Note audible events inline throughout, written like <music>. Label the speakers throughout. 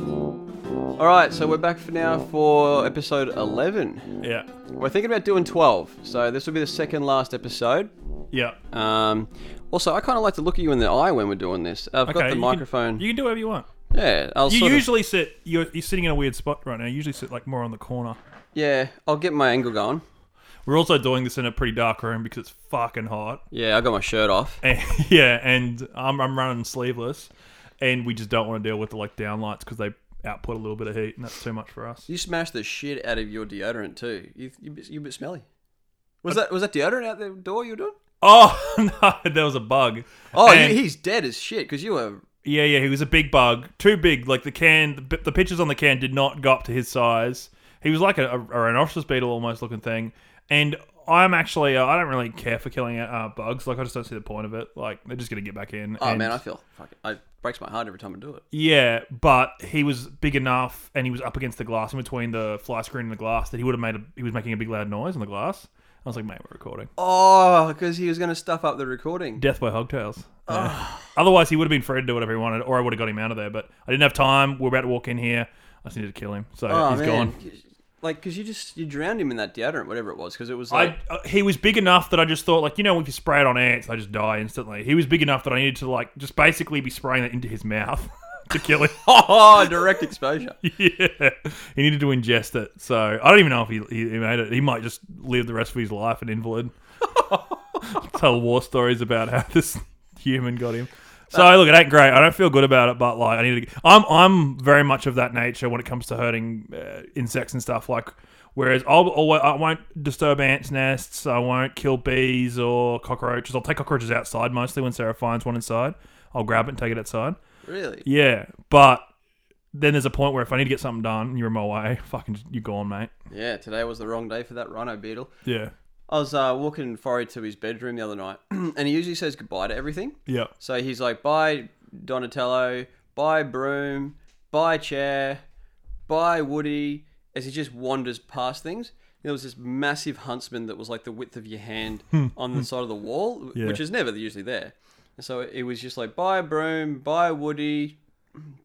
Speaker 1: All right, so we're back for now for episode 11.
Speaker 2: Yeah.
Speaker 1: We're thinking about doing 12, so this will be the second last episode.
Speaker 2: Yeah.
Speaker 1: Um, also, I kind of like to look at you in the eye when we're doing this. I've got the
Speaker 2: you
Speaker 1: microphone.
Speaker 2: Can, you can do whatever you want.
Speaker 1: yeah, I'll
Speaker 2: You
Speaker 1: sort of-
Speaker 2: usually sit. You're, you're sitting in a weird spot right now. You usually sit like more on the corner.
Speaker 1: yeah, I'll get my angle going.
Speaker 2: We're also doing this in a pretty dark room because it's fucking hot. <laughs>
Speaker 1: Yeah, I got my shirt off.
Speaker 2: And, yeah, and I'm, I'm running sleeveless, and we just don't want to deal with the like downlights because they output a little bit of heat, and that's too much for us.
Speaker 1: You smashed the shit out of your deodorant too. You you, you a bit smelly. Was that was that deodorant out the door you were doing?
Speaker 2: Oh <laughs> no, there was a bug.
Speaker 1: Oh,
Speaker 2: And-
Speaker 1: you, he's dead as shit because you were.
Speaker 2: Yeah, yeah, he was a big bug, too big. Like the can, the, the pictures on the can did not go up to his size. He was like a, a, a rhinoceros beetle almost looking thing. And I'm actually, uh, I don't really care for killing uh, bugs. Like I just don't see the point of it. Like they're just gonna get back in.
Speaker 1: Oh
Speaker 2: and-
Speaker 1: man, I feel fucking. I breaks my heart every time I do it.
Speaker 2: yeah, but he was big enough, and he was up against the glass in between the fly screen and the glass that he would have made. A, he was making a big loud noise on the glass. I was like, mate, we're recording.
Speaker 1: Oh, because he was gonna stuff up the recording.
Speaker 2: Death by Hogtails. Yeah. Otherwise, he would have been free to do whatever he wanted, or I would have got him out of there. But I didn't have time. We're about to walk in here. I just needed to kill him, so
Speaker 1: oh
Speaker 2: he's
Speaker 1: man,
Speaker 2: gone.
Speaker 1: like because you just you drowned him in that deodorant, whatever it was, because it was like
Speaker 2: I <laughs> uh, he was big enough that I just thought, like, you know, if you spray it on ants, they just die instantly. He was big enough that I needed to like just basically be spraying it into his mouth <laughs> to kill him.
Speaker 1: oh direct exposure.
Speaker 2: <laughs> yeah, he needed to ingest it. So I don't even know if he, he, he made it. He might just live the rest of his life an invalid. Tell war stories about how <laughs> this human got him. So look, it ain't great. I don't feel good about it, but like I need to. I'm I'm very much of that nature when it comes to hurting uh, insects and stuff. Like, whereas I'll always I won't disturb ants' nests. I won't kill bees or cockroaches. I'll take cockroaches outside mostly when Sarah finds one inside. I'll grab it and take it outside.
Speaker 1: Really?
Speaker 2: Yeah, but then there's a point where if I need to get something done, you're in my way. <laughs> Fucking, you're gone, mate.
Speaker 1: Yeah. Today was the wrong day for that rhino beetle.
Speaker 2: Yeah,
Speaker 1: I was uh, walking Forry to his bedroom the other night, <clears throat> and he usually says goodbye to everything.
Speaker 2: yeah,
Speaker 1: So he's like, bye Donatello, bye broom, bye chair, bye Woody, as he just wanders past things. There was this massive huntsman that was like the width of your hand on the side of the wall,
Speaker 2: Hmm. Yeah.
Speaker 1: which is never usually there. And so it was just like, bye broom, bye Woody,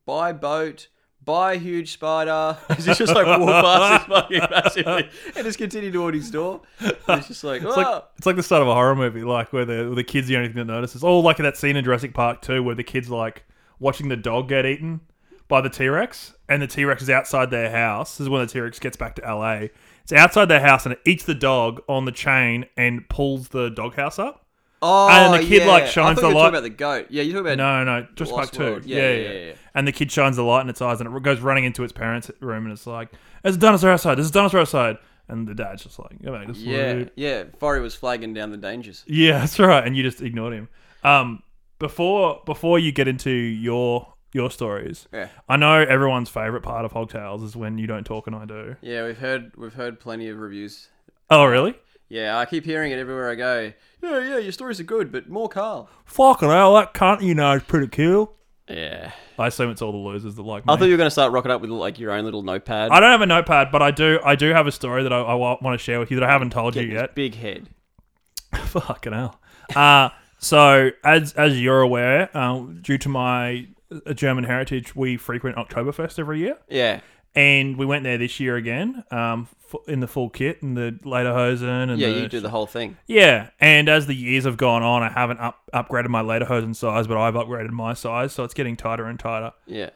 Speaker 1: bye boat, bye huge spider. <laughs> As he just like walked past
Speaker 2: <laughs>
Speaker 1: this fucking massive thing and just continued towards his door. And it's just like, "Oh,
Speaker 2: it's
Speaker 1: "Whoa."
Speaker 2: like it's like the start of a horror movie, like where the where the kids the only thing that notices. Oh, like that scene in Jurassic Park too, where the kids like watching the dog get eaten by the T Rex, and the T Rex is outside their house. This is when the T Rex gets back to LA. It's outside their house and it eats the dog on the chain and pulls the doghouse up.
Speaker 1: Oh,
Speaker 2: And the kid, like,
Speaker 1: yeah.
Speaker 2: shines
Speaker 1: I thought
Speaker 2: the
Speaker 1: you were
Speaker 2: light-
Speaker 1: talking about the goat. Yeah, you talking about
Speaker 2: No, no, just
Speaker 1: Lost
Speaker 2: Park Two.
Speaker 1: World.
Speaker 2: Yeah yeah, yeah, And the kid shines the light in its eyes, and it goes running into its parents' room, and it's like, "There's a dinosaur outside. There's a dinosaur outside." And the dad's just like, "Yeah, mate, just
Speaker 1: yeah,
Speaker 2: leave."
Speaker 1: yeah. Forry was flagging down the dangers.
Speaker 2: yeah, <laughs> that's right." And you just ignored him. Um, before before you get into your your stories,
Speaker 1: Yeah,
Speaker 2: I know everyone's favorite part of Hogtails is when you don't talk and I do.
Speaker 1: yeah. We've heard we've heard plenty of reviews.
Speaker 2: Oh, really?
Speaker 1: Yeah, I keep hearing it everywhere I go. Yeah, yeah. Your stories are good, but more Carl.
Speaker 2: Fucking hell, that cunt you know is pretty cool.
Speaker 1: Yeah.
Speaker 2: I assume it's all the losers that like me.
Speaker 1: I thought you were gonna start rocking up with like your own little notepad.
Speaker 2: I don't have a notepad, but I do. I do have a story that I, I want to share with you that I haven't told you
Speaker 1: His
Speaker 2: yet.
Speaker 1: Big head.
Speaker 2: <laughs> Fucking hell. Uh, so, as as you're aware, um, due to my uh, German heritage, we frequent Oktoberfest every year.
Speaker 1: Yeah.
Speaker 2: And we went there this year again um, fu- in the full kit and the Lederhosen. And
Speaker 1: Yeah,
Speaker 2: the,
Speaker 1: you do the whole thing.
Speaker 2: Yeah. And as the years have gone on, I haven't up, upgraded my Lederhosen size, but I've upgraded my size. So, it's getting tighter and tighter
Speaker 1: Yeah.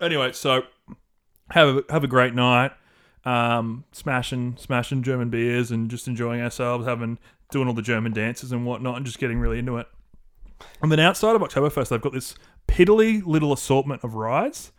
Speaker 2: anyway, so have a, have a great night, um, smashing smashing German beers and just enjoying ourselves, having doing all the German dances and whatnot, and just getting really into it. And then outside of Oktoberfest, they've got this piddly little assortment of rides.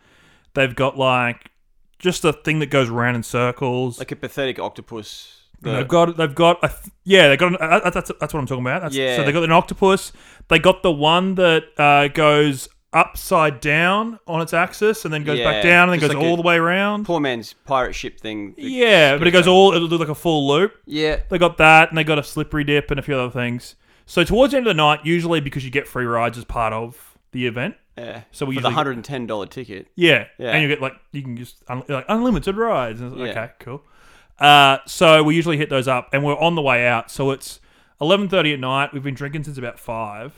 Speaker 2: They've got like just a thing that goes round in circles.
Speaker 1: Like a pathetic octopus.
Speaker 2: And they've got they've got a th- yeah they got an, uh, that's that's what I'm talking about. That's,
Speaker 1: Yeah.
Speaker 2: So they got an octopus. They got the one that uh, goes upside down on its axis and then goes
Speaker 1: Yeah,
Speaker 2: back down and then
Speaker 1: just
Speaker 2: goes
Speaker 1: like
Speaker 2: all
Speaker 1: a-
Speaker 2: the way around.
Speaker 1: poor man's pirate ship thing. The-
Speaker 2: Yeah, but it goes all it'll do like a full loop.
Speaker 1: Yeah.
Speaker 2: They got that and they got a slippery dip and a few other things. So towards the end of the night, usually because you get free rides as part of the event.
Speaker 1: Yeah.
Speaker 2: So we
Speaker 1: For the
Speaker 2: usually-
Speaker 1: hundred and ten dollar ticket.
Speaker 2: Yeah.
Speaker 1: Yeah.
Speaker 2: And you get like you can just un- like unlimited rides. And it's like,
Speaker 1: Yeah.
Speaker 2: Okay, cool. Uh, so we usually hit those up, and we're on the way out. So it's eleven thirty at night. We've been drinking since about five,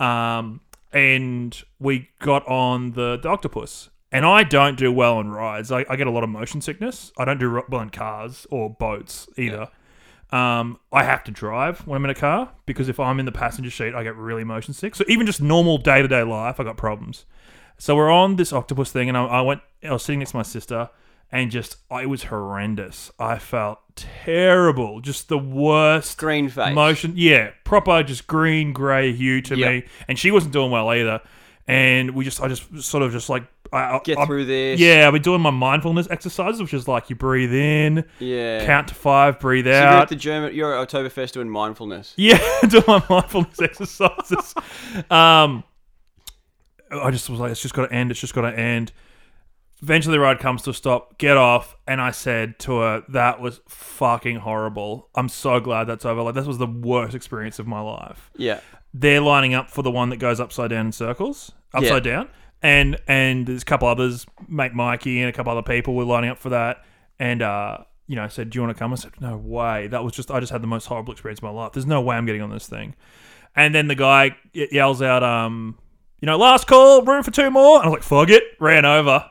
Speaker 2: um, and we got on the, the octopus. And I don't do well on rides. I, I get a lot of motion sickness. I don't do ro- well on cars or boats either. Um, I have to drive when I'm in a car because if I'm in the passenger seat, I get really motion sick. So even just normal day to day life, I got problems. So we're on this octopus thing, and I, I went. I was sitting next to my sister, and just I it was horrendous. I felt terrible. Just the worst
Speaker 1: Green face.
Speaker 2: motion. Yeah, proper just green grey hue to
Speaker 1: Yep.
Speaker 2: me, and she wasn't doing well either. And we just, I just sort of just like I, I-
Speaker 1: Get
Speaker 2: I-
Speaker 1: through this.
Speaker 2: Yeah, I've been doing my mindfulness exercises, which is like you breathe in,
Speaker 1: Yeah.
Speaker 2: count to five, breathe
Speaker 1: So you're at
Speaker 2: out.
Speaker 1: the German, you're at Oktoberfest doing mindfulness.
Speaker 2: <laughs> Yeah, <laughs> do my mindfulness exercises. Um, I just was like, it's just got to end. It's just got to end. Eventually, the ride comes to a stop. Get off, and I said to her, "That was fucking horrible. I'm so glad that's over. Like, this was the worst experience of my life."
Speaker 1: Yeah.
Speaker 2: They're lining up for the one that goes upside down in circles, upside down, and and there's a couple others, mate Mikey and a couple other people were lining up for that, and uh, you know, I said, "Do you want to come?" I said, "No way. That was just I just had the most horrible experience of my life. There's no way I'm getting on this thing." And then the guy y- yells out, um, you know, last call, room for two more. And I was like, fuck it, ran over,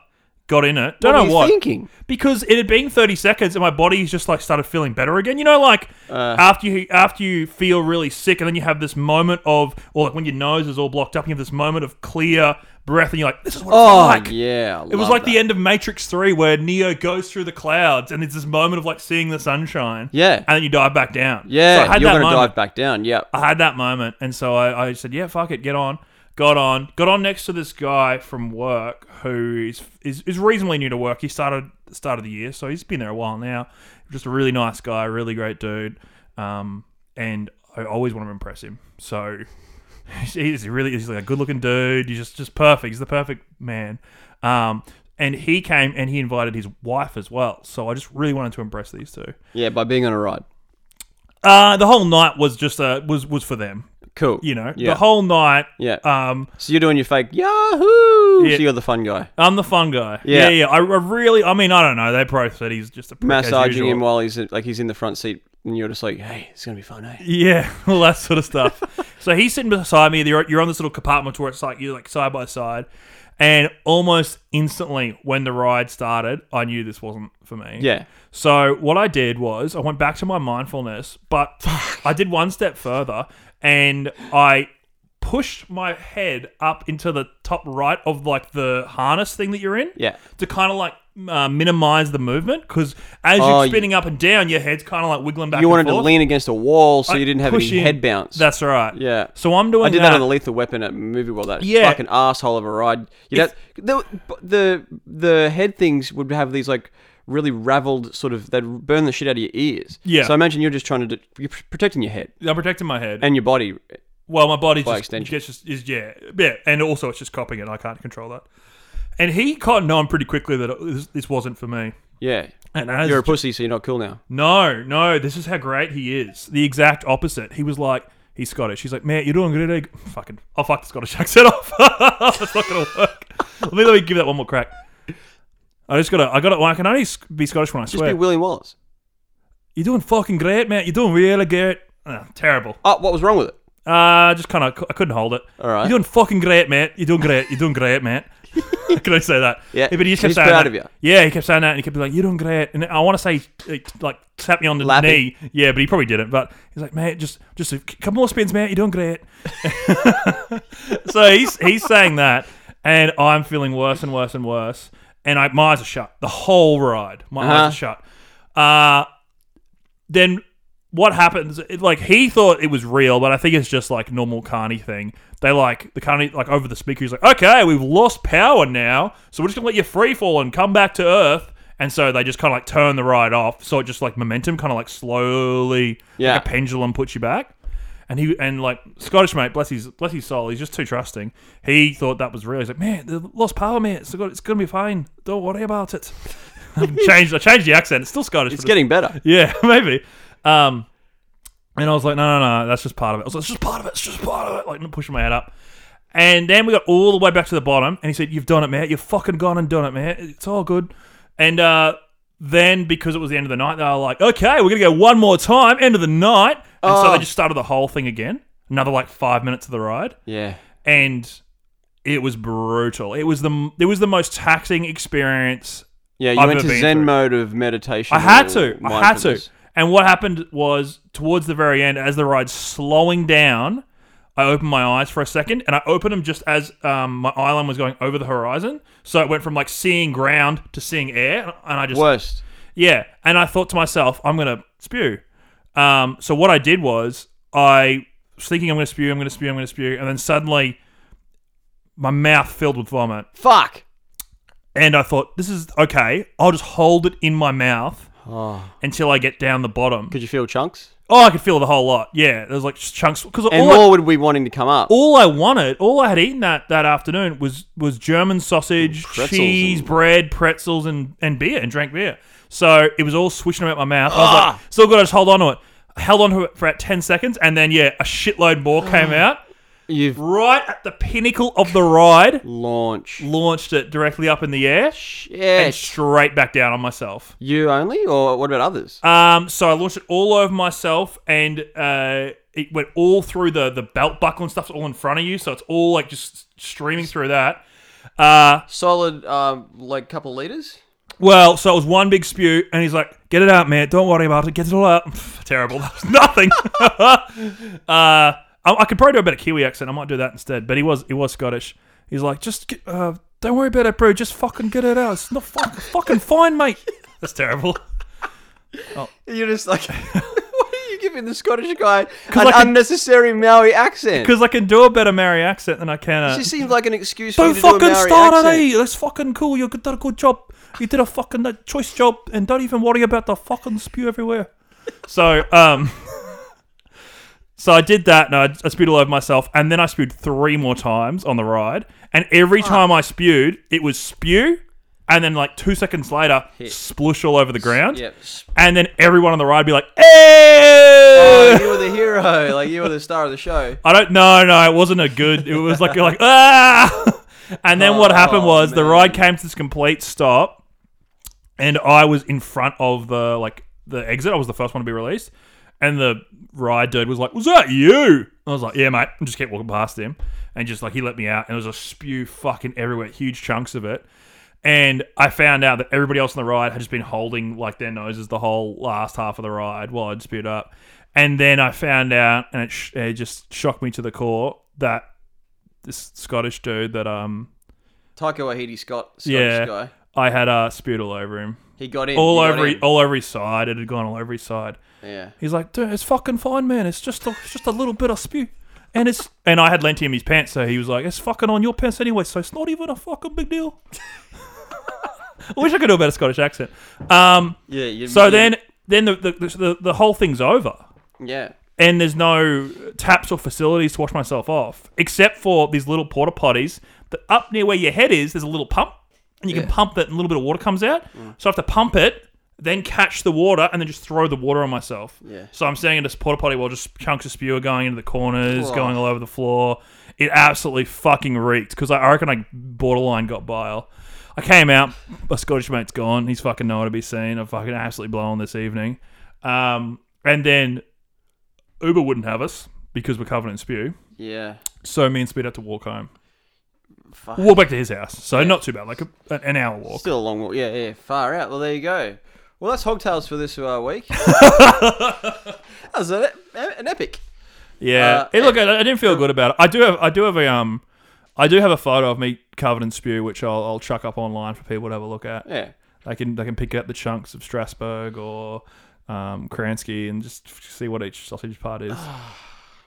Speaker 2: got in it. Don't
Speaker 1: What
Speaker 2: know
Speaker 1: were you
Speaker 2: what.
Speaker 1: thinking?
Speaker 2: Because it had been 30 seconds and my body's just like started feeling better again. You know, like
Speaker 1: Uh.
Speaker 2: after you after you feel really sick and then you have this moment of, or like when your nose is all blocked up, you have this moment of clear breath and you're like, this is what
Speaker 1: Oh,
Speaker 2: it's like.
Speaker 1: yeah. I
Speaker 2: It was
Speaker 1: love
Speaker 2: like
Speaker 1: that.
Speaker 2: the end of Matrix 3 where Neo goes through the clouds and it's this moment of like seeing the sunshine.
Speaker 1: Yeah.
Speaker 2: And then you dive back down. So I
Speaker 1: yeah.
Speaker 2: had
Speaker 1: you're
Speaker 2: that
Speaker 1: going to
Speaker 2: moment.
Speaker 1: dive back down. Yeah.
Speaker 2: I had that moment, and so I, I said, "Yeah, fuck it, get on." Got on, got on next to this guy from work who is is, is reasonably new to work. He started the start of the year, so he's been there a while now. Just a really nice guy, really great dude, um, and I always want to impress him. So <laughs> he's- he's really he's like a good looking dude. He's just just perfect. He's the perfect man. Um, and he came and he invited his wife as well. So I just really wanted to impress these two.
Speaker 1: Yeah. By being on a ride.
Speaker 2: Uh, the whole night was just uh, was was for them
Speaker 1: Cool.
Speaker 2: you know
Speaker 1: Yeah.
Speaker 2: the whole night
Speaker 1: yeah.
Speaker 2: um
Speaker 1: so you're doing your fake Yahoo.
Speaker 2: Yeah.
Speaker 1: So you're the fun guy.
Speaker 2: i'm the fun guy
Speaker 1: Yeah.
Speaker 2: yeah yeah, I, I really i mean i don't know they probably said he's just a prick as
Speaker 1: Massaging
Speaker 2: usual.
Speaker 1: him while he's like he's in the front seat, and you're just like, hey, it's gonna be fun, eh?
Speaker 2: yeah <laughs> all that sort of stuff <laughs> so he's sitting beside me you're, you're on this little compartment where it's like you're like side by side and almost instantly when the ride started i knew this wasn't for me
Speaker 1: Yeah.
Speaker 2: So what I did was I went back to my mindfulness, but <laughs> I did one step further and I pushed my head up into the top right of like the harness thing that you're in.
Speaker 1: Yeah.
Speaker 2: To kind of like uh, minimize the movement because as
Speaker 1: Oh,
Speaker 2: you're
Speaker 1: you-
Speaker 2: spinning up and down, your head's kind of like wiggling back.
Speaker 1: You
Speaker 2: and
Speaker 1: wanted to
Speaker 2: forth.
Speaker 1: lean against a wall so you didn't have any
Speaker 2: pushing-
Speaker 1: head bounce.
Speaker 2: That's right.
Speaker 1: yeah.
Speaker 2: So I'm doing
Speaker 1: I did that on the Lethal Weapon at Movie World. That
Speaker 2: Yeah.
Speaker 1: fucking asshole of a ride. You know, the, the the head things would have these like really raveled sort of. They'd burn the shit out of your ears.
Speaker 2: Yeah.
Speaker 1: So imagine you're just trying to. Do, you're pr- protecting your head
Speaker 2: I'm protecting my head.
Speaker 1: and your body.
Speaker 2: Well, my body's just,
Speaker 1: extension.
Speaker 2: gets just is yeah, yeah, and also it's just copying it. I can't control that. And he cottoned on pretty quickly that it, this, this wasn't for me.
Speaker 1: Yeah.
Speaker 2: And as
Speaker 1: You're a pussy, so you're not cool now.
Speaker 2: no, no, this is how great he is. The exact opposite. He was like, he's Scottish. He's like, man, you're doing good today. <laughs> Fucking, I'll fuck the Scottish <laughs> accent off. That's not gonna work. let me let me give that one more crack. I just gotta, I gotta. Well, I can only sc- be Scottish when I
Speaker 1: Just
Speaker 2: swear.
Speaker 1: be William Wallace.
Speaker 2: you're doing fucking great, mate. You're doing really good. Ah, terrible.
Speaker 1: Oh, what was wrong with it?
Speaker 2: Uh, just kind of, I couldn't hold it.
Speaker 1: All right.
Speaker 2: You're doing fucking great, mate. You're doing great. You're doing great,
Speaker 1: <laughs>
Speaker 2: mate. Can I say that?
Speaker 1: Yeah,
Speaker 2: But he just kept
Speaker 1: he's
Speaker 2: saying
Speaker 1: proud
Speaker 2: that.
Speaker 1: of you.
Speaker 2: Yeah, he kept saying that, and he kept being like, "You're doing great." And I want to say, like, like, tap me on the
Speaker 1: Lapping.
Speaker 2: knee. Yeah, but he probably didn't. But he's like, "Mate, just, just a couple more spins, mate. You're doing great." <laughs> so he's he's saying that, and I'm feeling worse and worse and worse. And I, my eyes are shut the whole ride. My
Speaker 1: Uh-huh.
Speaker 2: eyes are shut. Uh, then what happens? It, like he thought it was real, but I think it's just like normal Carney thing. They like the Carney like over the speaker. He's like, okay, we've lost power now, so we're just gonna let you free fall and come back to Earth. And so they just kind of like turn the ride off. So it just like momentum kind of like slowly,
Speaker 1: Yeah.
Speaker 2: like a pendulum puts you back. And he and like Scottish mate, bless his bless his soul, he's just too trusting. He thought that was real. He's like, man, they lost power, mate. It's gonna, it's gonna be fine. Don't worry about it. <laughs> I changed I changed the accent. It's still Scottish.
Speaker 1: It's
Speaker 2: but
Speaker 1: getting better.
Speaker 2: <laughs> yeah, maybe. Um, and I was like, no, no, no, that's just part of it. I was like, it's just part of it. It's just part of it. Like pushing my head up. And then we got all the way back to the bottom, and he said, "You've done it, man. You've fucking gone and done it, man. It's all good." And uh, then because it was the end of the night, they were like, "Okay, we're gonna go one more time, end of the night." And so
Speaker 1: Oh.
Speaker 2: they just started the whole thing again. Another like five minutes of the ride,
Speaker 1: Yeah.
Speaker 2: and it was brutal. It was the it was the most taxing experience
Speaker 1: Yeah, you
Speaker 2: I've
Speaker 1: went
Speaker 2: never
Speaker 1: to
Speaker 2: been
Speaker 1: Zen
Speaker 2: through.
Speaker 1: mode of meditation.
Speaker 2: I had to.
Speaker 1: or
Speaker 2: I had to.
Speaker 1: mindfulness.
Speaker 2: And what happened was towards the very end, as the ride's slowing down, I opened my eyes for a second, and I opened them just as um, my island was going over the horizon. So it went from like seeing ground to seeing air, and I just
Speaker 1: Worst.
Speaker 2: yeah. And I thought to myself, I'm gonna spew. Um, so what I did was I was thinking I'm gonna spew, I'm gonna spew, I'm gonna spew, and then suddenly my mouth filled with vomit,
Speaker 1: Fuck.
Speaker 2: and I thought, this is okay. I'll just hold it in my mouth
Speaker 1: Oh.
Speaker 2: until I get down the bottom.
Speaker 1: Could you feel chunks?
Speaker 2: Oh, I could feel the whole lot. Yeah, there's like just chunks because all,
Speaker 1: And
Speaker 2: I-
Speaker 1: more would be wanting to come up.
Speaker 2: all I wanted, all I had eaten that, that afternoon was was German sausage,
Speaker 1: Pretzels
Speaker 2: cheese,
Speaker 1: and-
Speaker 2: bread, pretzels, and and beer, and drank beer. So it was all swishing about my mouth. I was
Speaker 1: Ah!
Speaker 2: like, still got to just hold on to it. Held on to it for about ten seconds, and then yeah, a shitload more
Speaker 1: Ah.
Speaker 2: came out
Speaker 1: You've
Speaker 2: right at the pinnacle of the ride.
Speaker 1: launched.
Speaker 2: Launched it directly up in the air and
Speaker 1: Shit.
Speaker 2: straight back down on myself.
Speaker 1: You only, or what about others?
Speaker 2: Um, so I launched it all over myself, and uh, it went all through the the belt buckle and stuff's all in front of you, so it's all like just streaming through that. Uh,
Speaker 1: Solid, um, like couple liters.
Speaker 2: well, so it was one big spew, and he's like, "Get it out, man! Don't worry about it. Get it all out." <laughs> Pff, terrible. That was nothing. <laughs> uh, I, I could probably do a better Kiwi accent. I might do that instead. But he was he was Scottish. He's like, "Just get, uh, don't worry about it, bro. Just fucking get it out. It's not fucking fucking fine, mate." <laughs> That's terrible.
Speaker 1: You're just like, <laughs> what are you giving the Scottish guy an
Speaker 2: like a-
Speaker 1: unnecessary Maori accent?
Speaker 2: Because I can do a better Maori accent than I can. Uh,
Speaker 1: This seems like an excuse for you
Speaker 2: Don't
Speaker 1: to do a
Speaker 2: fucking
Speaker 1: Maori
Speaker 2: start at
Speaker 1: accent.
Speaker 2: eh? That's fucking cool. You did a good job. You did a fucking uh, choice job, and don't even worry about the fucking spew everywhere. <laughs> So, um, so I did that, and I, I spewed all over myself, and then I spewed three more times on the ride, and
Speaker 1: Ah.
Speaker 2: every time I spewed, it was spew, and then like two seconds later, splush all over the ground,
Speaker 1: Yep.
Speaker 2: and then everyone on the ride would be like, "Hey!"
Speaker 1: Oh, you were the hero. Like you were the star of the show.
Speaker 2: I don't. No, no, it wasn't a good. It was like <laughs> you're like ah. And then what happened
Speaker 1: Oh,
Speaker 2: was the
Speaker 1: man.
Speaker 2: ride came to this complete stop, and I was in front of the like the exit. I was the first one to be released, and the ride dude was like, "Was that you?" I was like, "Yeah, mate." And just kept walking past him, and just like he let me out, and it was a spew fucking everywhere, huge chunks of it. And I found out that everybody else on the ride had just been holding like their noses the whole last half of the ride while I'd spewed up. And then I found out, and it, sh- it just shocked me to the core that this Scottish dude that um
Speaker 1: Taika Waititi, Scott, Scottish
Speaker 2: Yeah.
Speaker 1: guy.
Speaker 2: I had uh, spewed all over him,
Speaker 1: He got in.
Speaker 2: all
Speaker 1: he got
Speaker 2: over
Speaker 1: in.
Speaker 2: all over his side. It had gone all over his side.
Speaker 1: Yeah.
Speaker 2: He's like, dude, it's fucking fine, man. It's just a, it's just a little bit of spew. And it's and I had lent him his pants, so he was like, "It's fucking on your pants anyway, so it's not even a fucking big deal." <laughs> I wish I could do a better Scottish accent. Um,
Speaker 1: Yeah. You,
Speaker 2: so
Speaker 1: you-
Speaker 2: then, then the, the the the whole thing's over,
Speaker 1: Yeah.
Speaker 2: and there's no taps or facilities to wash myself off, except for these little porta potties. That up near where your head is, there's a little pump, and you can
Speaker 1: Yeah.
Speaker 2: pump that, and a little bit of water comes out. So I have to pump it, then catch the water, and then just throw the water on myself.
Speaker 1: Yeah.
Speaker 2: So I'm standing in this porta potty while just chunks of spew are going into the corners,
Speaker 1: Oh.
Speaker 2: going all over the floor. It absolutely fucking reeked because I I reckon I borderline got bile. I came out, my Scottish mate's gone. He's fucking nowhere to be seen. I'm fucking absolutely blown this evening. Um, and then Uber wouldn't have us because we're covered in spew.
Speaker 1: Yeah.
Speaker 2: So me and Speed had to walk home.
Speaker 1: Fuck.
Speaker 2: Walk back to his house. So not too bad, like a, an hour walk.
Speaker 1: Still a long walk. Yeah, yeah, far out. Well, there you go. Well, that's Hogtails for this uh,
Speaker 2: <laughs>
Speaker 1: week. that was an, an epic.
Speaker 2: Yeah.
Speaker 1: Uh,
Speaker 2: Hey, look, I, I didn't feel good about it. I do have, I do have a, um, I do have a photo of me covered in spew, which I'll, I'll chuck up online for people to have a look at.
Speaker 1: Yeah.
Speaker 2: They can, they can pick out the chunks of Strasbourg or um, Kransky and just f- see what each sausage part
Speaker 1: <sighs>
Speaker 2: is.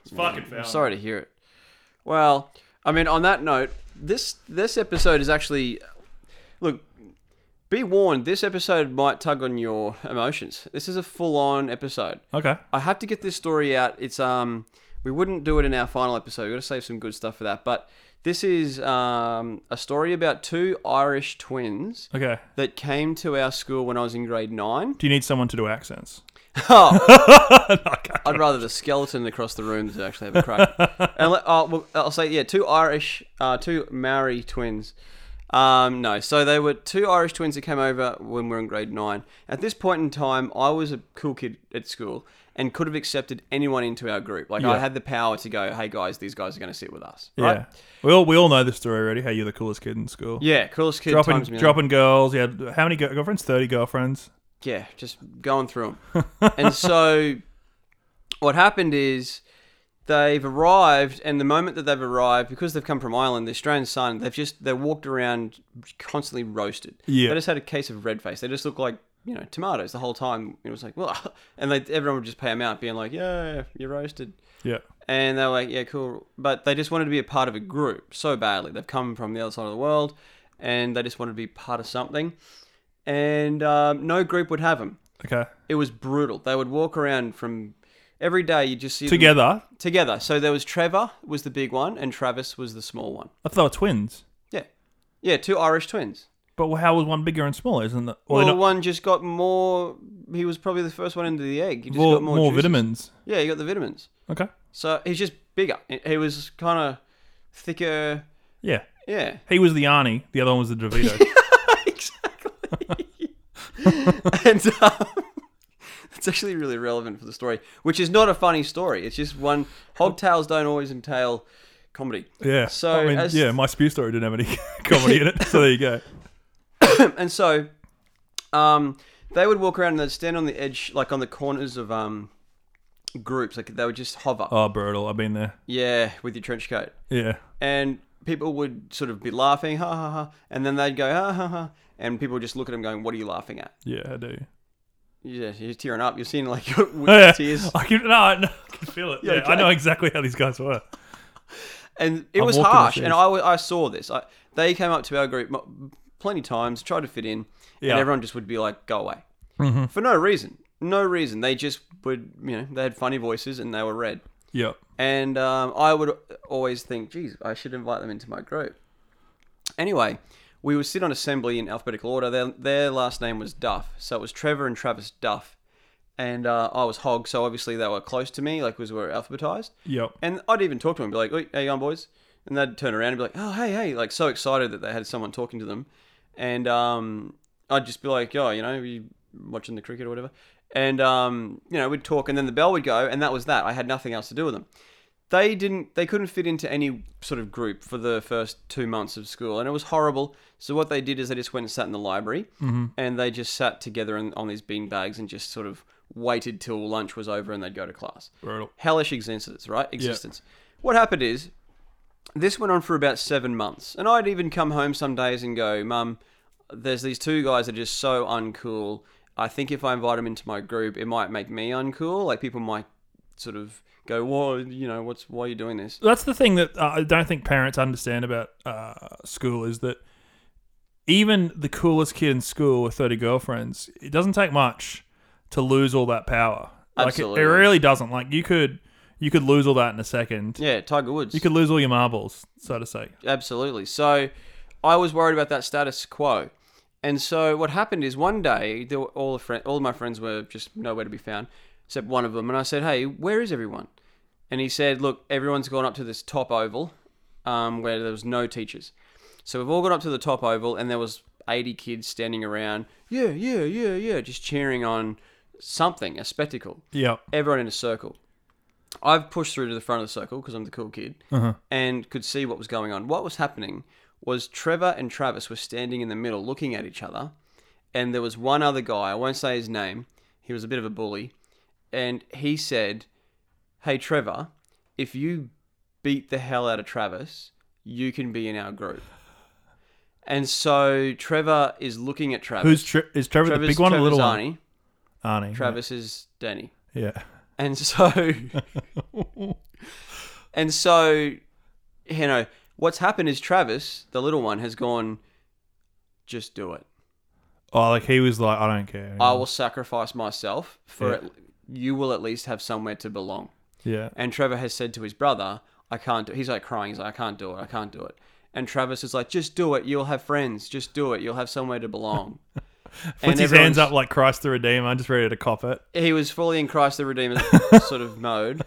Speaker 2: it's fucking foul.
Speaker 1: Sorry to hear it. Well, I mean, on that note, this this episode is actually look. Be warned, this episode might tug on your emotions. This is a full-on episode.
Speaker 2: Okay.
Speaker 1: I have to get this story out. It's um, we wouldn't do it in our final episode. We got to save some good stuff for that. But this is um, a story about two Irish twins
Speaker 2: Okay.
Speaker 1: that came to our school when I was in grade nine.
Speaker 2: Do you need someone to do accents?
Speaker 1: Oh,
Speaker 2: okay.
Speaker 1: I'd rather the skeleton across the room to actually have a crack. and let, oh, well, I'll say, yeah, two Irish, uh, two Maori twins. Um, no, so they were two Irish twins that came over when we were in grade nine. At this point in time, I was a cool kid at school, and could have accepted anyone into our group. Like I
Speaker 2: Yeah.
Speaker 1: had the power to go, hey guys, these guys are going to sit with us.
Speaker 2: Yeah.
Speaker 1: Right?
Speaker 2: We all we all know this story already. How you're the coolest kid in school.
Speaker 1: Yeah, coolest kid.
Speaker 2: dropping
Speaker 1: times a million.
Speaker 2: dropping girls. Yeah. How many girl- girlfriends? Thirty girlfriends.
Speaker 1: Yeah, just going through them. and so what happened is they've arrived, and the moment that they've arrived, because they've come from Ireland, the Australian sun, they've just they walked around constantly roasted.
Speaker 2: Yeah.
Speaker 1: they just had a case of red face. They just looked like you know tomatoes the whole time. It was like <laughs> well, and they, everyone would just pay them out, being like, yeah, you're roasted.
Speaker 2: Yeah.
Speaker 1: And they were like, yeah, cool. But they just wanted to be a part of a group so badly. They've come from the other side of the world and they just wanted to be part of something. And um, no group would have them.
Speaker 2: Okay.
Speaker 1: It was brutal. They would walk around from every day. You just see them-
Speaker 2: Together.
Speaker 1: together. So there was Trevor was the big one and Travis was the small one.
Speaker 2: I thought they were twins.
Speaker 1: Yeah. Yeah, two Irish twins.
Speaker 2: But how was one bigger and smaller? Isn't that? Well,
Speaker 1: Well,
Speaker 2: they're not-
Speaker 1: one just got more. He was probably the first one into the egg. He just
Speaker 2: more,
Speaker 1: got more,
Speaker 2: more
Speaker 1: juices.
Speaker 2: vitamins.
Speaker 1: Yeah, he got the vitamins.
Speaker 2: Okay.
Speaker 1: So he's just bigger. He was kind of thicker.
Speaker 2: Yeah.
Speaker 1: Yeah.
Speaker 2: He was the Arnie. The other one was
Speaker 1: <laughs>
Speaker 2: the DeVito.
Speaker 1: exactly. and <laughs> um, it's actually really relevant for the story, which is not a funny story. It's just one. Hog tales don't always entail comedy.
Speaker 2: yeah.
Speaker 1: So
Speaker 2: I mean,
Speaker 1: as-
Speaker 2: yeah, my spew story didn't have any <laughs> comedy in it. So there you go.
Speaker 1: And so, um, they would walk around and they'd stand on the edge, like on the corners of um groups. Like they would just hover.
Speaker 2: Oh, brutal. I've been there.
Speaker 1: Yeah, with your trench coat.
Speaker 2: Yeah.
Speaker 1: and people would sort of be laughing, ha ha ha, and then they'd go, ha ha ha, and people would just look at him going, "What are you laughing at?"
Speaker 2: Yeah, I do.
Speaker 1: Yeah, you're tearing up. You're seeing like <laughs> your
Speaker 2: Oh, yeah.
Speaker 1: tears,
Speaker 2: I can, no, I know- I can feel it. Yeah,
Speaker 1: okay.
Speaker 2: I know exactly how these guys were.
Speaker 1: and it
Speaker 2: I'm
Speaker 1: was
Speaker 2: walking
Speaker 1: harsh.
Speaker 2: with
Speaker 1: And
Speaker 2: these.
Speaker 1: I, wa- I saw this. I, they came up to our group mo- plenty times, tried to fit in,
Speaker 2: Yeah. Mm-hmm.
Speaker 1: and everyone just would be like, "Go away," for no reason. No reason. They just would, you know, they had funny voices and they were red.
Speaker 2: Yep.
Speaker 1: And um, I would always think, geez, I should invite them into my group. Anyway, we would sit on assembly in alphabetical order. Their, their last name was Duff. So it was Trevor and Travis Duff. And uh, I was Hog, so obviously they were close to me, like, because we were alphabetized.
Speaker 2: Yep.
Speaker 1: And I'd even talk to them, be like, "Oi, how you going, boys? And they'd turn around and be like, oh, hey, hey, like, so excited that they had someone talking to them. And um, I'd just be like, oh, you know, you watching the cricket or whatever. And, um, you know, we'd talk, and then the bell would go, and that was that. I had nothing else to do with them. They didn't, they couldn't fit into any sort of group for the first two months of school, and it was horrible. So what they did is they just went and sat in the library, and they just sat together in, on these bean bags and just sort of waited till lunch was over and they'd go to class
Speaker 2: Brutal.
Speaker 1: hellish existence, right? Existence. What happened is this went on for about seven months, and I'd even come home some days and go, "Mum, there's these two guys that are just so uncool. I think if I invite them into my group, it might make me uncool. Like people might sort of go, "Whoa, you know, what's why are you doing this?"
Speaker 2: That's the thing that uh, I don't think parents understand about uh, school is that even the coolest kid in school with 30 girlfriends, it doesn't take much to lose all that power. Like
Speaker 1: Absolutely.
Speaker 2: It, it really doesn't. Like you could you could lose all that in a second.
Speaker 1: Yeah, Tiger Woods.
Speaker 2: You could lose all your marbles, so to say.
Speaker 1: Absolutely. So I was worried about that status quo. And so what happened is one day, there were all, the friend, all my friends were just nowhere to be found, except one of them. And I said, Hey, where is everyone? And he said, Look, everyone's gone up to this top oval um, where there was no teachers. So we've all gone up to the top oval, and there was 80 kids standing around, yeah, yeah, yeah, yeah, just cheering on something, a spectacle
Speaker 2: Yep.
Speaker 1: everyone in a circle. I've pushed through to the front of the circle because I'm the cool kid
Speaker 2: Uh-huh.
Speaker 1: and could see what was going on. What was happening was Trevor and Travis were standing in the middle looking at each other, and there was one other guy, I won't say his name, he was a bit of a bully, and he said, Hey, Trevor, if you beat the hell out of Travis, you can be in our group. And so Trevor is looking at Travis.
Speaker 2: Who's Tre- is Trevor
Speaker 1: Travis,
Speaker 2: the big one or the
Speaker 1: Trevor's
Speaker 2: little one?
Speaker 1: Arnie,
Speaker 2: Arnie.
Speaker 1: Travis is Danny.
Speaker 2: Yeah. <laughs>
Speaker 1: And so, and so, you know, what's happened is Travis, the little one, has gone, just do it.
Speaker 2: Oh, like he was like, I don't care.
Speaker 1: I will sacrifice myself for
Speaker 2: Mm. Yeah.
Speaker 1: it. You will at least have somewhere to belong.
Speaker 2: yeah.
Speaker 1: And Trevor has said to his brother, I can't do He's like crying. He's like, I can't do it. I can't do it. And Travis is like, just do it. You'll have friends. Just do it. You'll have somewhere to belong.
Speaker 2: <laughs> Puts his
Speaker 1: everyone's-
Speaker 2: hands up like Christ the Redeemer, just ready to cop it.
Speaker 1: he was fully in Christ the
Speaker 2: <laughs>
Speaker 1: Redeemer sort of mode,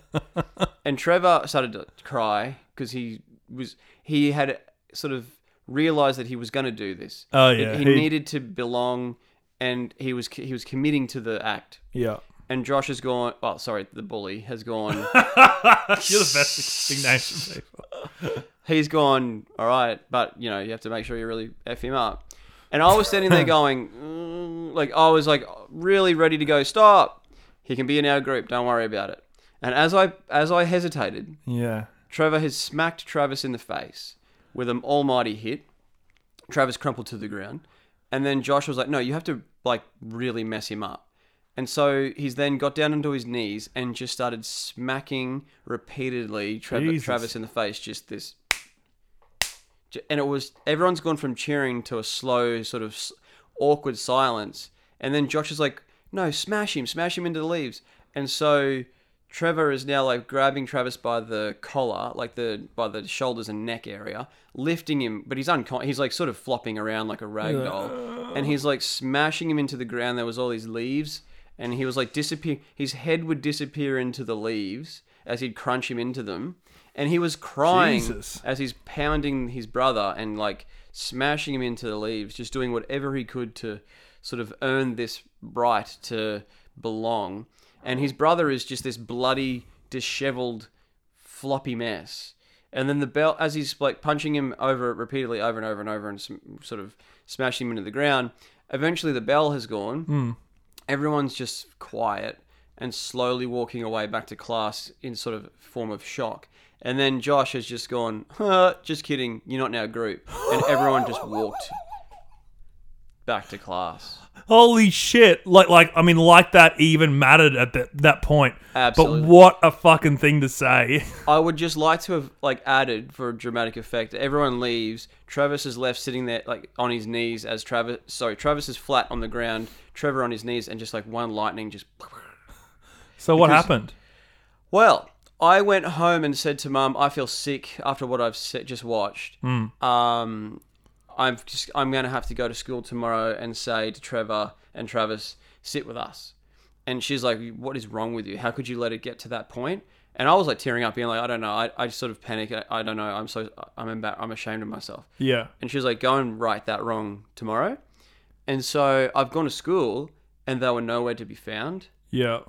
Speaker 1: and Trevor started to cry because he was he had sort of realized that he was going to do this.
Speaker 2: Oh,
Speaker 1: He-
Speaker 2: yeah.
Speaker 1: he,
Speaker 2: He-
Speaker 1: needed to belong, and he was he was committing to the act. <laughs>
Speaker 2: Yeah.
Speaker 1: and Josh has gone. Oh, sorry, the bully has gone.
Speaker 2: You're the best Ignatius
Speaker 1: <laughs>
Speaker 2: people.
Speaker 1: he's gone. All right, but you know you have to make sure you really f him up. And I was standing there going, mm, like I was like really ready to go. Stop. He can be in our group. Don't worry about it. And as I as I hesitated,
Speaker 2: Yeah.
Speaker 1: Trevor has smacked Travis in the face with an almighty hit. Travis crumpled to the ground. And then Josh was like, no, you have to like really mess him up. And so he's then got down onto his knees and just started smacking repeatedly Trevor,
Speaker 2: Jesus.
Speaker 1: Travis in the face, just this. J- And it was everyone's gone from cheering to a slow sort of s- awkward silence. And then Josh is like, no, smash him, smash him into the leaves. And so Trevor is now like grabbing Travis by the collar, like the by the shoulders and neck area, lifting him, but he's uncon he's like sort of flopping around like a rag doll. And he's like smashing him into the ground. There was all these leaves and he was like disappear his head would disappear into the leaves as he'd crunch him into them. And he was crying
Speaker 2: Jesus.
Speaker 1: as he's pounding his brother and like smashing him into the leaves, just doing whatever he could to sort of earn this right to belong. And his brother is just this bloody, disheveled, floppy mess. And then the bell, as he's like punching him over repeatedly, over and over and over, and sm- sort of smashing him into the ground. Eventually, the bell has gone. Everyone's just quiet and slowly walking away back to class in sort of form of shock. And then Josh has just gone, huh, just kidding, you're not in our group. And everyone just walked back to class.
Speaker 2: Holy shit! Like, like I mean, like that even mattered at that that point.
Speaker 1: Absolutely.
Speaker 2: But what a fucking thing to say. <laughs>
Speaker 1: I would just like to have like added for dramatic effect. Everyone leaves. Travis is left sitting there like on his knees as Travis. Sorry, Travis is flat on the ground. Trevor on his knees and just like one lightning just.
Speaker 2: So what
Speaker 1: Because-
Speaker 2: happened?
Speaker 1: Well, I went home and said to Mum, "I feel sick after what I've se- just watched. Um, I'm just I'm going to have to go to school tomorrow and say to Trevor and Travis, sit with us." And she's like, "What is wrong with you? How could you let it get to that point?" And I was like tearing up, being like, "I don't know. I, I just sort of panic. I, I don't know. I'm so I'm embar- I'm ashamed of myself."
Speaker 2: Yeah.
Speaker 1: And she was like, go and write that wrong tomorrow. And so I've gone to school and they were nowhere to be found.
Speaker 2: Yeah.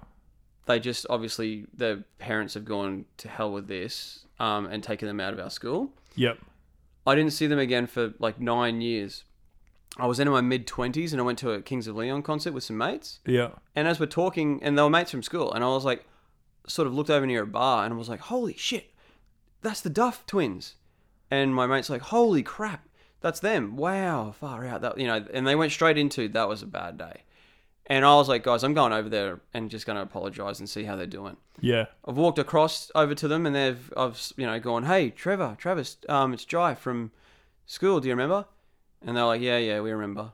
Speaker 1: They just obviously, their parents have gone to hell with this um, and taken them out of our school.
Speaker 2: Yep.
Speaker 1: I didn't see them again for like nine years. I was in my mid 20s and I went to a Kings of Leon concert with some mates.
Speaker 2: Yeah.
Speaker 1: And as we're talking, and they were mates from school, and I was like, sort of looked over near a bar, and I was like, holy shit, that's the Duff twins. And my mate's like, holy crap, that's them. Wow, far out. That you know, and they went straight into that was a bad day. And I was like, guys, I'm going over there and just going to apologize and see how they're doing.
Speaker 2: Yeah.
Speaker 1: I've walked across over to them and they've I've you know gone, hey Trevor, Travis, um, it's Jai from school. Do you remember? And they're like, yeah, yeah, we remember.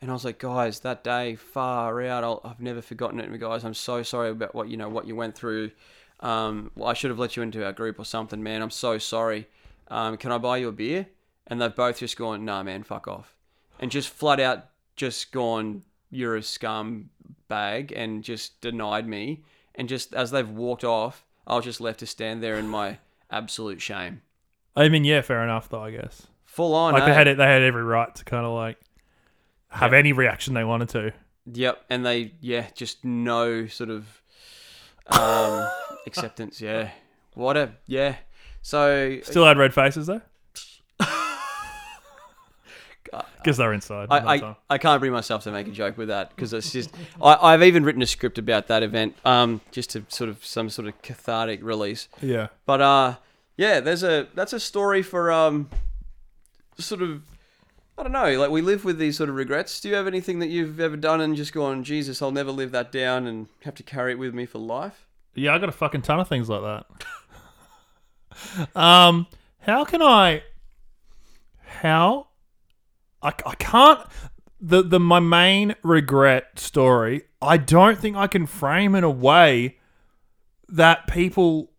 Speaker 1: And I was like, guys, that day far out. I'll, I've never forgotten it, guys. I'm so sorry about what you know what you went through. Um, well, I should have let you into our group or something, man. I'm so sorry. Um, can I buy you a beer? And they've both just gone, nah, man, fuck off, and just flat out just gone, you're a scum bag, and just denied me. And just as they've walked off, I was just left to stand there in my absolute shame,
Speaker 2: I mean, yeah, fair enough though. I guess.
Speaker 1: full on.
Speaker 2: Like
Speaker 1: eh?
Speaker 2: they had it. They had every right to kind of like have any reaction they wanted to.
Speaker 1: Yep, and they yeah, just no sort of
Speaker 2: <laughs>
Speaker 1: um, acceptance. Yeah, what a yeah. So
Speaker 2: Still had red
Speaker 1: <laughs>
Speaker 2: faces though. Because they're inside.
Speaker 1: I,
Speaker 2: at that time.
Speaker 1: I, I can't bring myself to make a joke with that because it's just I, I've even written a script about that event um, just to sort of some sort of cathartic release.
Speaker 2: yeah.
Speaker 1: But uh, yeah, there's a that's a story for um, sort of I don't know. Like we live with these sort of regrets. Do you have anything that you've ever done and just gone, Jesus, I'll never live that down and have to carry it with me for life?
Speaker 2: Yeah, I got a fucking ton of things like that. um, how can I? How? I, I can't. The the my main regret story. I don't think I can frame in a way that people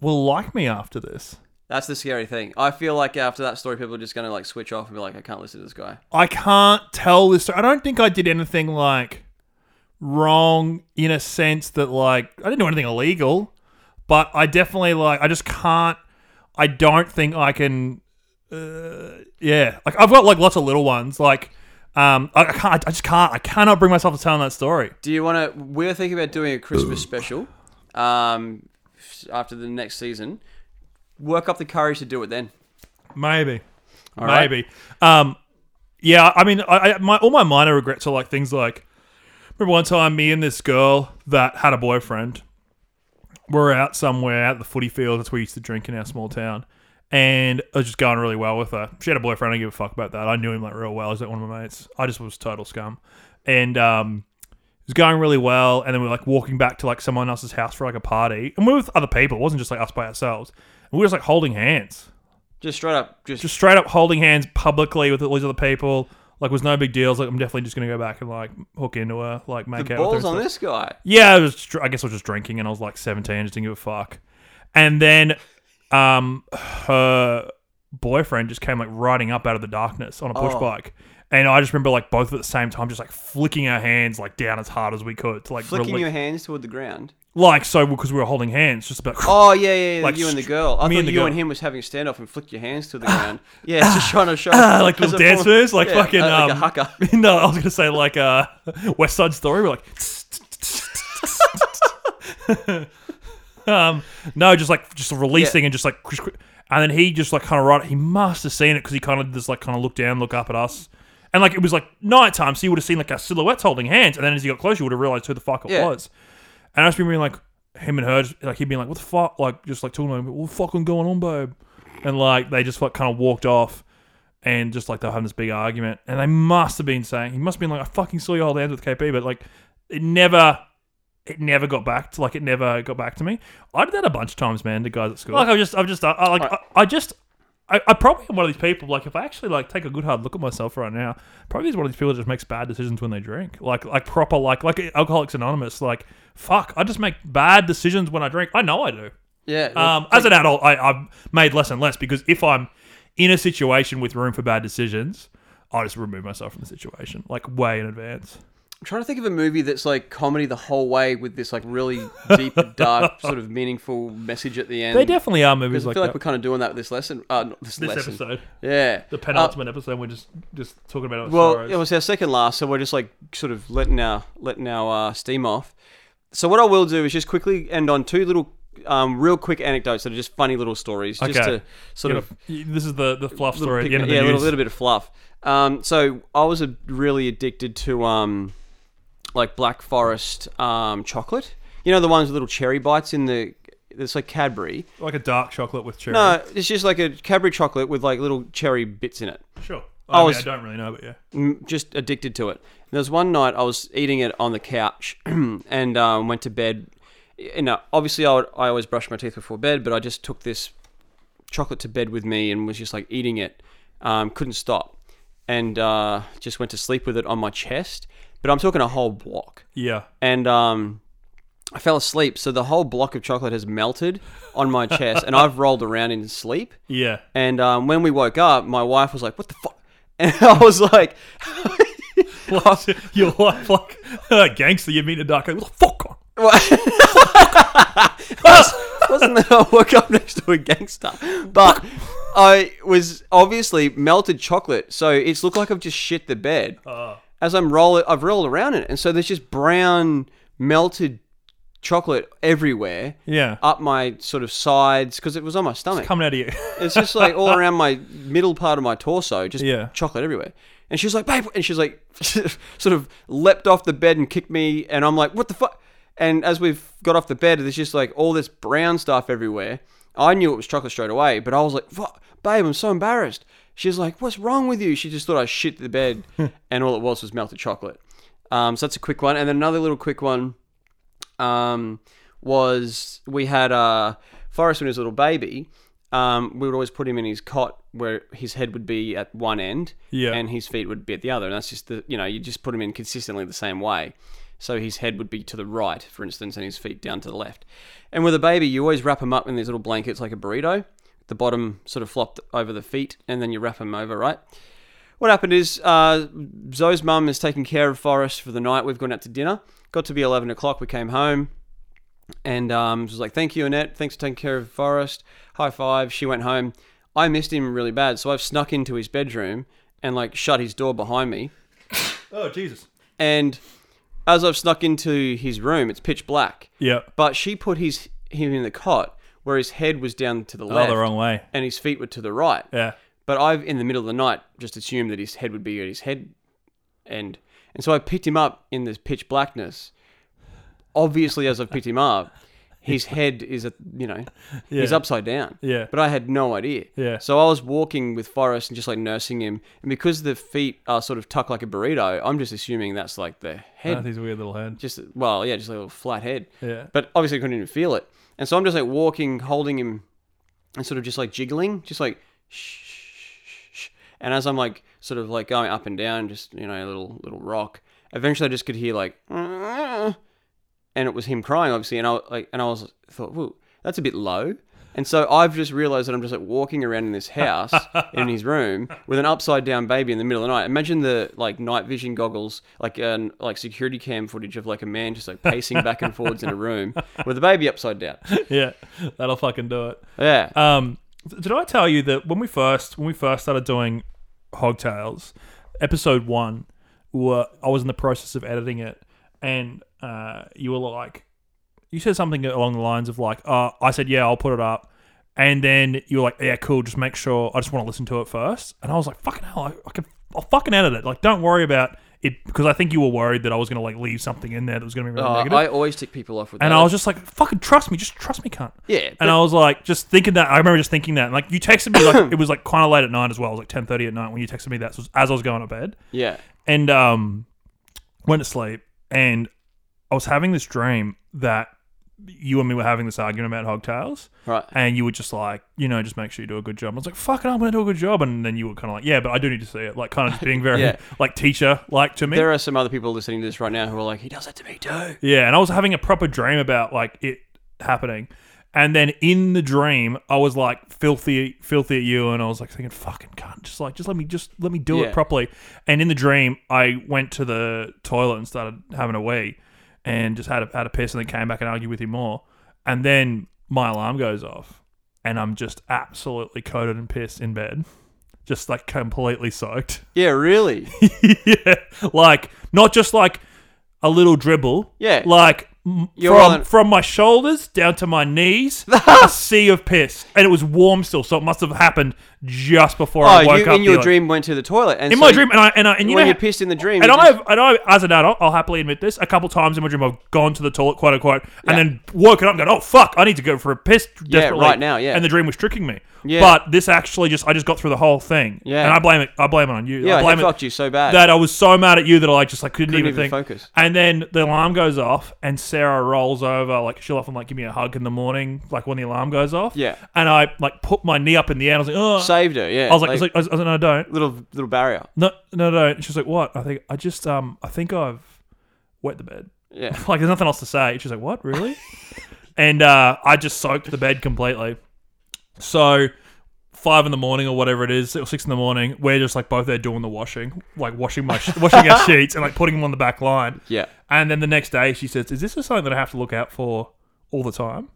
Speaker 2: will like me after this.
Speaker 1: That's the scary thing. I feel like after that story, people are just going to like switch off and be like, I can't listen to this guy.
Speaker 2: I can't tell this. I don't think I did anything like wrong in a sense that like I didn't do anything illegal, but I definitely like I just can't. I don't think I can. Uh, yeah, like I've got like lots of little ones. Like Um, I, I can't. I just can't. I cannot bring myself to telling that story.
Speaker 1: Do you want to? We're thinking about doing a Christmas special um, after the next season. Work up the courage to do it then.
Speaker 2: Maybe.
Speaker 1: right.
Speaker 2: Maybe. Um, yeah, I mean, I, I, my, all my minor regrets are like things like remember one time me and this girl that had a boyfriend were out somewhere out at the footy field. That's where we used to drink in our small town. And it was just going really well with her. She had a boyfriend. I don't give a fuck about that. I knew him like real well. He's like one of my mates. I just was total scum. And um, it was going really well. And then we were like walking back to like someone else's house for like a party. And we were with other people. It wasn't just like us by ourselves. And we were just like holding hands
Speaker 1: Just straight up, just,
Speaker 2: just straight up holding hands publicly with all these other people. Like, was no big deals. Like, I'm definitely just gonna go back and like hook into her, like make out. with
Speaker 1: balls
Speaker 2: her
Speaker 1: on
Speaker 2: and stuff.
Speaker 1: this guy.
Speaker 2: Yeah, I was. dr- I guess I was just drinking, and I was like 17, just didn't give a fuck. And then, um, her boyfriend just came like riding up out of the darkness on a push
Speaker 1: Oh.
Speaker 2: bike, and I just remember like both at the same time, just like flicking our hands like down as hard as we could to like
Speaker 1: Flicking
Speaker 2: rele-
Speaker 1: your hands toward the ground.
Speaker 2: like so because we were holding hands, just about. <laughs>
Speaker 1: Oh yeah, yeah, yeah
Speaker 2: Like,
Speaker 1: you and the
Speaker 2: str-
Speaker 1: girl. I
Speaker 2: me
Speaker 1: thought
Speaker 2: and the
Speaker 1: you
Speaker 2: girl.
Speaker 1: and him was having a standoff and flicked your hands to the
Speaker 2: <sighs>
Speaker 1: ground. Yeah, just trying to show
Speaker 2: like
Speaker 1: as
Speaker 2: little
Speaker 1: a form-
Speaker 2: dance moves, like
Speaker 1: yeah,
Speaker 2: fucking
Speaker 1: uh,
Speaker 2: um,
Speaker 1: like a haka.
Speaker 2: no, I was gonna say like uh, <laughs> West Side Story. We're like, um, no, just like just releasing and just like, and then he just like kind of right. He must have seen it because he kind of just like kind of looked down, look up at us, and like it was like nighttime, so he would have seen like our silhouettes holding hands, and then as he got closer, you would have realized who the fuck it
Speaker 1: Yeah.
Speaker 2: was. And I just remember being like him and her, just- like he'd been like, "What the fuck?" Like just like talking to him, "What the fuck is going on, babe?" And like they just like kind of walked off, and just like they're having this big argument, and they must have been saying, "He must have been like, I fucking saw you hold hands with KP," but like it never. It never got back to like it never got back to me. I did that a bunch of times, man. The guys at school, like I just, I've just, I, I like, I, I just, I, I probably am one of these people. Like, if I actually like take a good hard look at myself right now, probably is one of these people that just makes bad decisions when they drink. Like, like proper, like, like Alcoholics Anonymous. Like, fuck, I just make bad decisions when I drink. I know I do.
Speaker 1: Yeah, well,
Speaker 2: Um, as an adult, I, I've made less and less because if I'm in a situation with room for bad decisions, I just remove myself from the situation like way in advance.
Speaker 1: I'm trying to think of a movie that's like comedy the whole way with this like really deep,
Speaker 2: <laughs>
Speaker 1: dark, sort of meaningful message at the end.
Speaker 2: They definitely are
Speaker 1: I
Speaker 2: movies like,
Speaker 1: feel like
Speaker 2: that.
Speaker 1: we're kind of doing that with this lesson. Uh, not this,
Speaker 2: This
Speaker 1: lesson.
Speaker 2: episode,
Speaker 1: Yeah.
Speaker 2: the penultimate episode, we're just just talking about. Our
Speaker 1: Uh, Well,
Speaker 2: sorrows.
Speaker 1: it was our second last, so we're just like sort of letting our letting our uh, steam off. So what I will do is just quickly end on two little, um, real quick anecdotes that are just funny little stories, just
Speaker 2: Okay.
Speaker 1: to sort
Speaker 2: You
Speaker 1: of
Speaker 2: know, this is the the fluff story at the
Speaker 1: pick-
Speaker 2: end of the
Speaker 1: yeah, a
Speaker 2: news.
Speaker 1: little, little bit of fluff. Um, so I was a, really addicted to um, like Black Forest um, chocolate. You know the ones with little cherry bites in the. It's like Cadbury.
Speaker 2: like a dark chocolate with cherry.
Speaker 1: No, it's just like a Cadbury chocolate with like little cherry bits in it.
Speaker 2: Sure. I, mean,
Speaker 1: was-
Speaker 2: I don't really know, but yeah.
Speaker 1: Mm, just addicted to it. And there was one night I was eating it on the couch <clears throat> and um, went to bed. You know, obviously I, would, I always brush my teeth before bed, but I just took this chocolate to bed with me and was just like eating it. Um, couldn't stop, and uh, just went to sleep with it on my chest. But I'm talking a whole block,
Speaker 2: Yeah.
Speaker 1: and um, I fell asleep. So the whole block of chocolate has melted on my chest, and I've rolled around in sleep.
Speaker 2: Yeah. <laughs>
Speaker 1: And um, when we woke up, my wife was like, "What the fuck?" <laughs> And I was like, <laughs>
Speaker 2: Plus,
Speaker 1: Uh,
Speaker 2: you're like, like <laughs> a gangster, you meet a dark what the fuck?
Speaker 1: wasn't that I woke up next to a gangster, but I was obviously melted chocolate, so it's looked like I've just shit the bed. As I'm rolling, I've rolled around in it, and so there's just brown melted chocolate everywhere
Speaker 2: Yeah.
Speaker 1: up my sort of sides because it was on my stomach.
Speaker 2: Uh, Coming out of you. <laughs>
Speaker 1: It's just like all around my middle part of my torso, just
Speaker 2: Yeah.
Speaker 1: chocolate everywhere. And she was like, babe, and she's like, <laughs> sort of leapt off the bed and kicked me. And I'm like, what the fuck? And as we've got off the bed, there's just like all this brown stuff everywhere. I knew it was chocolate straight away, but I was like, fuck, babe, I'm so embarrassed. She's like, what's wrong with you? She just thought I shit the bed. and all it was was melted chocolate. Um, so that's a quick one. And then another little quick one um, was we had uh, Forrest when he was a little baby. Um, we would always put him in his cot where his head would be at one end
Speaker 2: Yeah.
Speaker 1: and his feet would be at the other. And that's just the, you know, you just put him in consistently the same way. So his head would be to the right, for instance, and his feet down to the left. And with a baby, you always wrap him up in these little blankets like a burrito. The bottom sort of flopped over the feet and then you wrap him over, right? What happened is uh, Zoe's mum is taking care of Forrest for the night. We've gone out to dinner. Got to be 11 o'clock. We came home and um, she was like, "Thank you, Annette. Thanks for taking care of Forrest." High five. She went home. I missed him really bad, so I've snuck into his bedroom and like shut his door behind me.
Speaker 2: Oh Jesus.
Speaker 1: And as I've snuck into his room, it's pitch black.
Speaker 2: Yeah.
Speaker 1: But she put his him in the cot where his head was down to the
Speaker 2: Oh,
Speaker 1: left
Speaker 2: the wrong way.
Speaker 1: and his feet were to the right.
Speaker 2: Yeah.
Speaker 1: But I've in the middle of the night just assumed that his head would be at his head end. And so I picked him up in this pitch blackness. Obviously as I've picked him up,
Speaker 2: <laughs>
Speaker 1: his head is at you know he's
Speaker 2: Yeah.
Speaker 1: upside down.
Speaker 2: Yeah.
Speaker 1: But I had no idea.
Speaker 2: Yeah.
Speaker 1: So I was walking with Forrest and just like nursing him. And because the feet are sort of tucked like a burrito, I'm just assuming that's like the head
Speaker 2: Oh, these weird little hands.
Speaker 1: just well, yeah, just like a little flat head.
Speaker 2: Yeah.
Speaker 1: But obviously, I couldn't even feel it. And so I'm just like walking, holding him, and sort of just like jiggling, just like shh. shh, shh. And as I'm like sort of like going up and down, just you know, a little little rock. Eventually, I just could hear like, and it was him crying, obviously. And I like, and I was thought, whoa, that's a bit low. And so I've just realized that I'm just like walking around in this house
Speaker 2: <laughs>
Speaker 1: in his room with an upside down baby in the middle of the night. Imagine the like night vision goggles, like um, like security cam footage of like a man just like pacing back and forwards in a room
Speaker 2: <laughs>
Speaker 1: with a baby upside down.
Speaker 2: <laughs> Yeah. That'll fucking do it.
Speaker 1: Yeah.
Speaker 2: Um, th- did I tell you that when we first when we first started doing Hog Tales, episode one, were I was in the process of editing it, and uh, you were like, you said something along the lines of like, uh, I said yeah, I'll put it up, and then you were like, yeah, cool, just make sure I just want to listen to it first, and I was like, fucking hell, I, I can I'll fucking edit it, like don't worry about it because I think you were worried that I was gonna like leave something in there that was gonna be really
Speaker 1: Oh,
Speaker 2: negative.
Speaker 1: I always tick people off with
Speaker 2: And
Speaker 1: that.
Speaker 2: I was just like, fucking trust me, just trust me, cunt.
Speaker 1: Yeah, but-
Speaker 2: And I was like, just thinking that. I remember just thinking that. And like, you texted me, like, it was like kind of late at night as well. It was like 10.30 at night when you texted me that so it was as I was going to bed.
Speaker 1: yeah.
Speaker 2: And um, went to sleep. And I was having this dream that you and me were having this argument about Hogtails.
Speaker 1: Right.
Speaker 2: And you were just like, you know, just make sure you do a good job. I was like, fucking, I'm going to do a good job. And then you were kind of like, yeah, but I do need to see it. Like, kind of just being very,
Speaker 1: Yeah.
Speaker 2: like, teacher like to me.
Speaker 1: There are some other people listening to this right now who are like, he does that to me
Speaker 2: <laughs>
Speaker 1: too.
Speaker 2: Yeah, and I was having a proper dream about like it happening. And then in the dream, I was like filthy, filthy at you, and I was like thinking, "Fucking cunt!" Just like, just let me, just let me do
Speaker 1: Yeah.
Speaker 2: it properly. And in the dream, I went to the toilet and started having a wee, and just had a had a piss, and then came back and argued with you more. And then my alarm goes off, and I'm just absolutely coated in piss in bed, just like completely soaked.
Speaker 1: Yeah, really.
Speaker 2: <laughs> yeah, like not just like a little dribble.
Speaker 1: Yeah.
Speaker 2: like m-
Speaker 1: You're
Speaker 2: from
Speaker 1: on-
Speaker 2: from my shoulders down to
Speaker 1: <laughs>
Speaker 2: my knees, a sea of piss, and it was warm still, so it must have happened just before
Speaker 1: Oh,
Speaker 2: I woke
Speaker 1: you
Speaker 2: up.
Speaker 1: in your
Speaker 2: the-
Speaker 1: dream went to the toilet. And
Speaker 2: in
Speaker 1: so
Speaker 2: my dream, and I and I and you
Speaker 1: when
Speaker 2: know.
Speaker 1: you're pissed in the dream,
Speaker 2: and
Speaker 1: you just-
Speaker 2: I've, and I've, as an adult, I'll happily admit this. A couple times in my dream, I've gone to the toilet, quote unquote, and then woken up, and going, "Oh fuck, I need to go for a piss." Desperately.
Speaker 1: right now, yeah.
Speaker 2: And the dream was tricking me.
Speaker 1: Yeah.
Speaker 2: But this actually just, I just got through the whole thing.
Speaker 1: Yeah.
Speaker 2: And I blame it. I blame it on you.
Speaker 1: yeah,
Speaker 2: I
Speaker 1: I
Speaker 2: blame it
Speaker 1: fucked you so bad.
Speaker 2: that I was so mad at you that I like just like couldn't,
Speaker 1: Couldn't
Speaker 2: even,
Speaker 1: even
Speaker 2: think.
Speaker 1: focus.
Speaker 2: And then the alarm goes off, and Sarah rolls over. Like she'll often like give me a hug in the morning, like when the alarm goes off.
Speaker 1: Yeah.
Speaker 2: And I like put my knee up in the air. And I was like, oh.
Speaker 1: Saved her. Yeah.
Speaker 2: I was like, I was like, I was, I was like, no, don't,
Speaker 1: little little barrier.
Speaker 2: no, no, don't. And she's like, what? I think I just um, I think I've wet the bed. <laughs>
Speaker 1: Yeah.
Speaker 2: Like there's nothing else to say. She's like, what, really? and uh, I just soaked the bed completely. So five in the morning or whatever it is, or six in the morning, we're just like both there doing the washing, like washing my washing our sheets and like putting them on the back line.
Speaker 1: Yeah.
Speaker 2: And then the next day, she says, "Is this just something that I have to look out for all the time?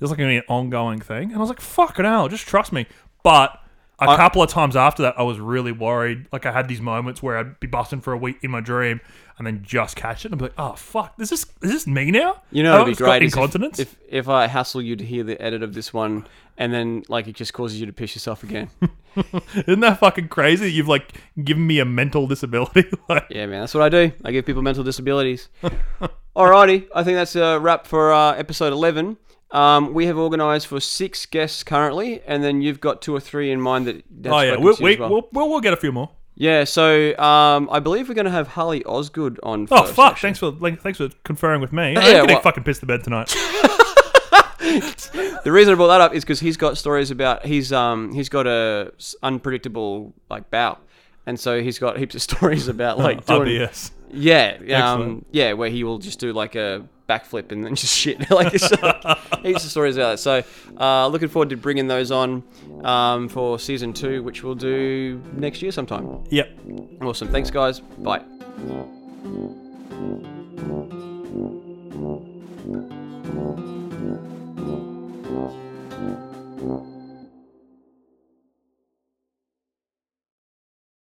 Speaker 2: It's like gonna be an ongoing thing." And I was like, "Fucking hell, just trust me." But a couple of times after that, I was really worried. Like I had these moments where I'd be busting for a week in my dream, and then just catch it and be like, "Oh fuck, is this is this me now?"
Speaker 1: You know,
Speaker 2: Have I
Speaker 1: it'd be
Speaker 2: just got
Speaker 1: great is if-
Speaker 2: incontinence.
Speaker 1: If, if I hassle you to hear the edit of this one, and then like it just causes you to piss yourself again.
Speaker 2: <laughs> Isn't that fucking crazy? You've like given me a mental disability. <laughs> like,
Speaker 1: yeah, man, that's what I do. I give people mental disabilities.
Speaker 2: <laughs>
Speaker 1: Alrighty, I think that's a wrap for uh, episode eleven. Um, we have organised for six guests currently, and then you've got two or three in mind that. Have
Speaker 2: oh yeah,
Speaker 1: spoken
Speaker 2: we,
Speaker 1: to you
Speaker 2: we,
Speaker 1: as well.
Speaker 2: we'll, we'll we'll get a few more.
Speaker 1: Yeah, so um, I believe we're going to have Harley Osgood on.
Speaker 2: Oh
Speaker 1: first,
Speaker 2: fuck!
Speaker 1: actually.
Speaker 2: Thanks for like, thanks for conferring with me. I'm
Speaker 1: Oh, Yeah,
Speaker 2: gonna
Speaker 1: well-
Speaker 2: fucking piss the bed
Speaker 1: <laughs>
Speaker 2: tonight.
Speaker 1: The reason I brought that up is because he's got stories about he's um he's got a s- unpredictable like bow, and so he's got heaps of <laughs> stories about like doing
Speaker 2: IBS.
Speaker 1: yeah um,
Speaker 2: Oh, Excellent.
Speaker 1: yeah where he will just do like a backflip and then <laughs> just shit like it's like, heaps of stories about that. So uh, looking forward to bringing those on um, for season two, which we'll do next year sometime.
Speaker 2: Yep.
Speaker 1: Awesome, thanks guys, bye.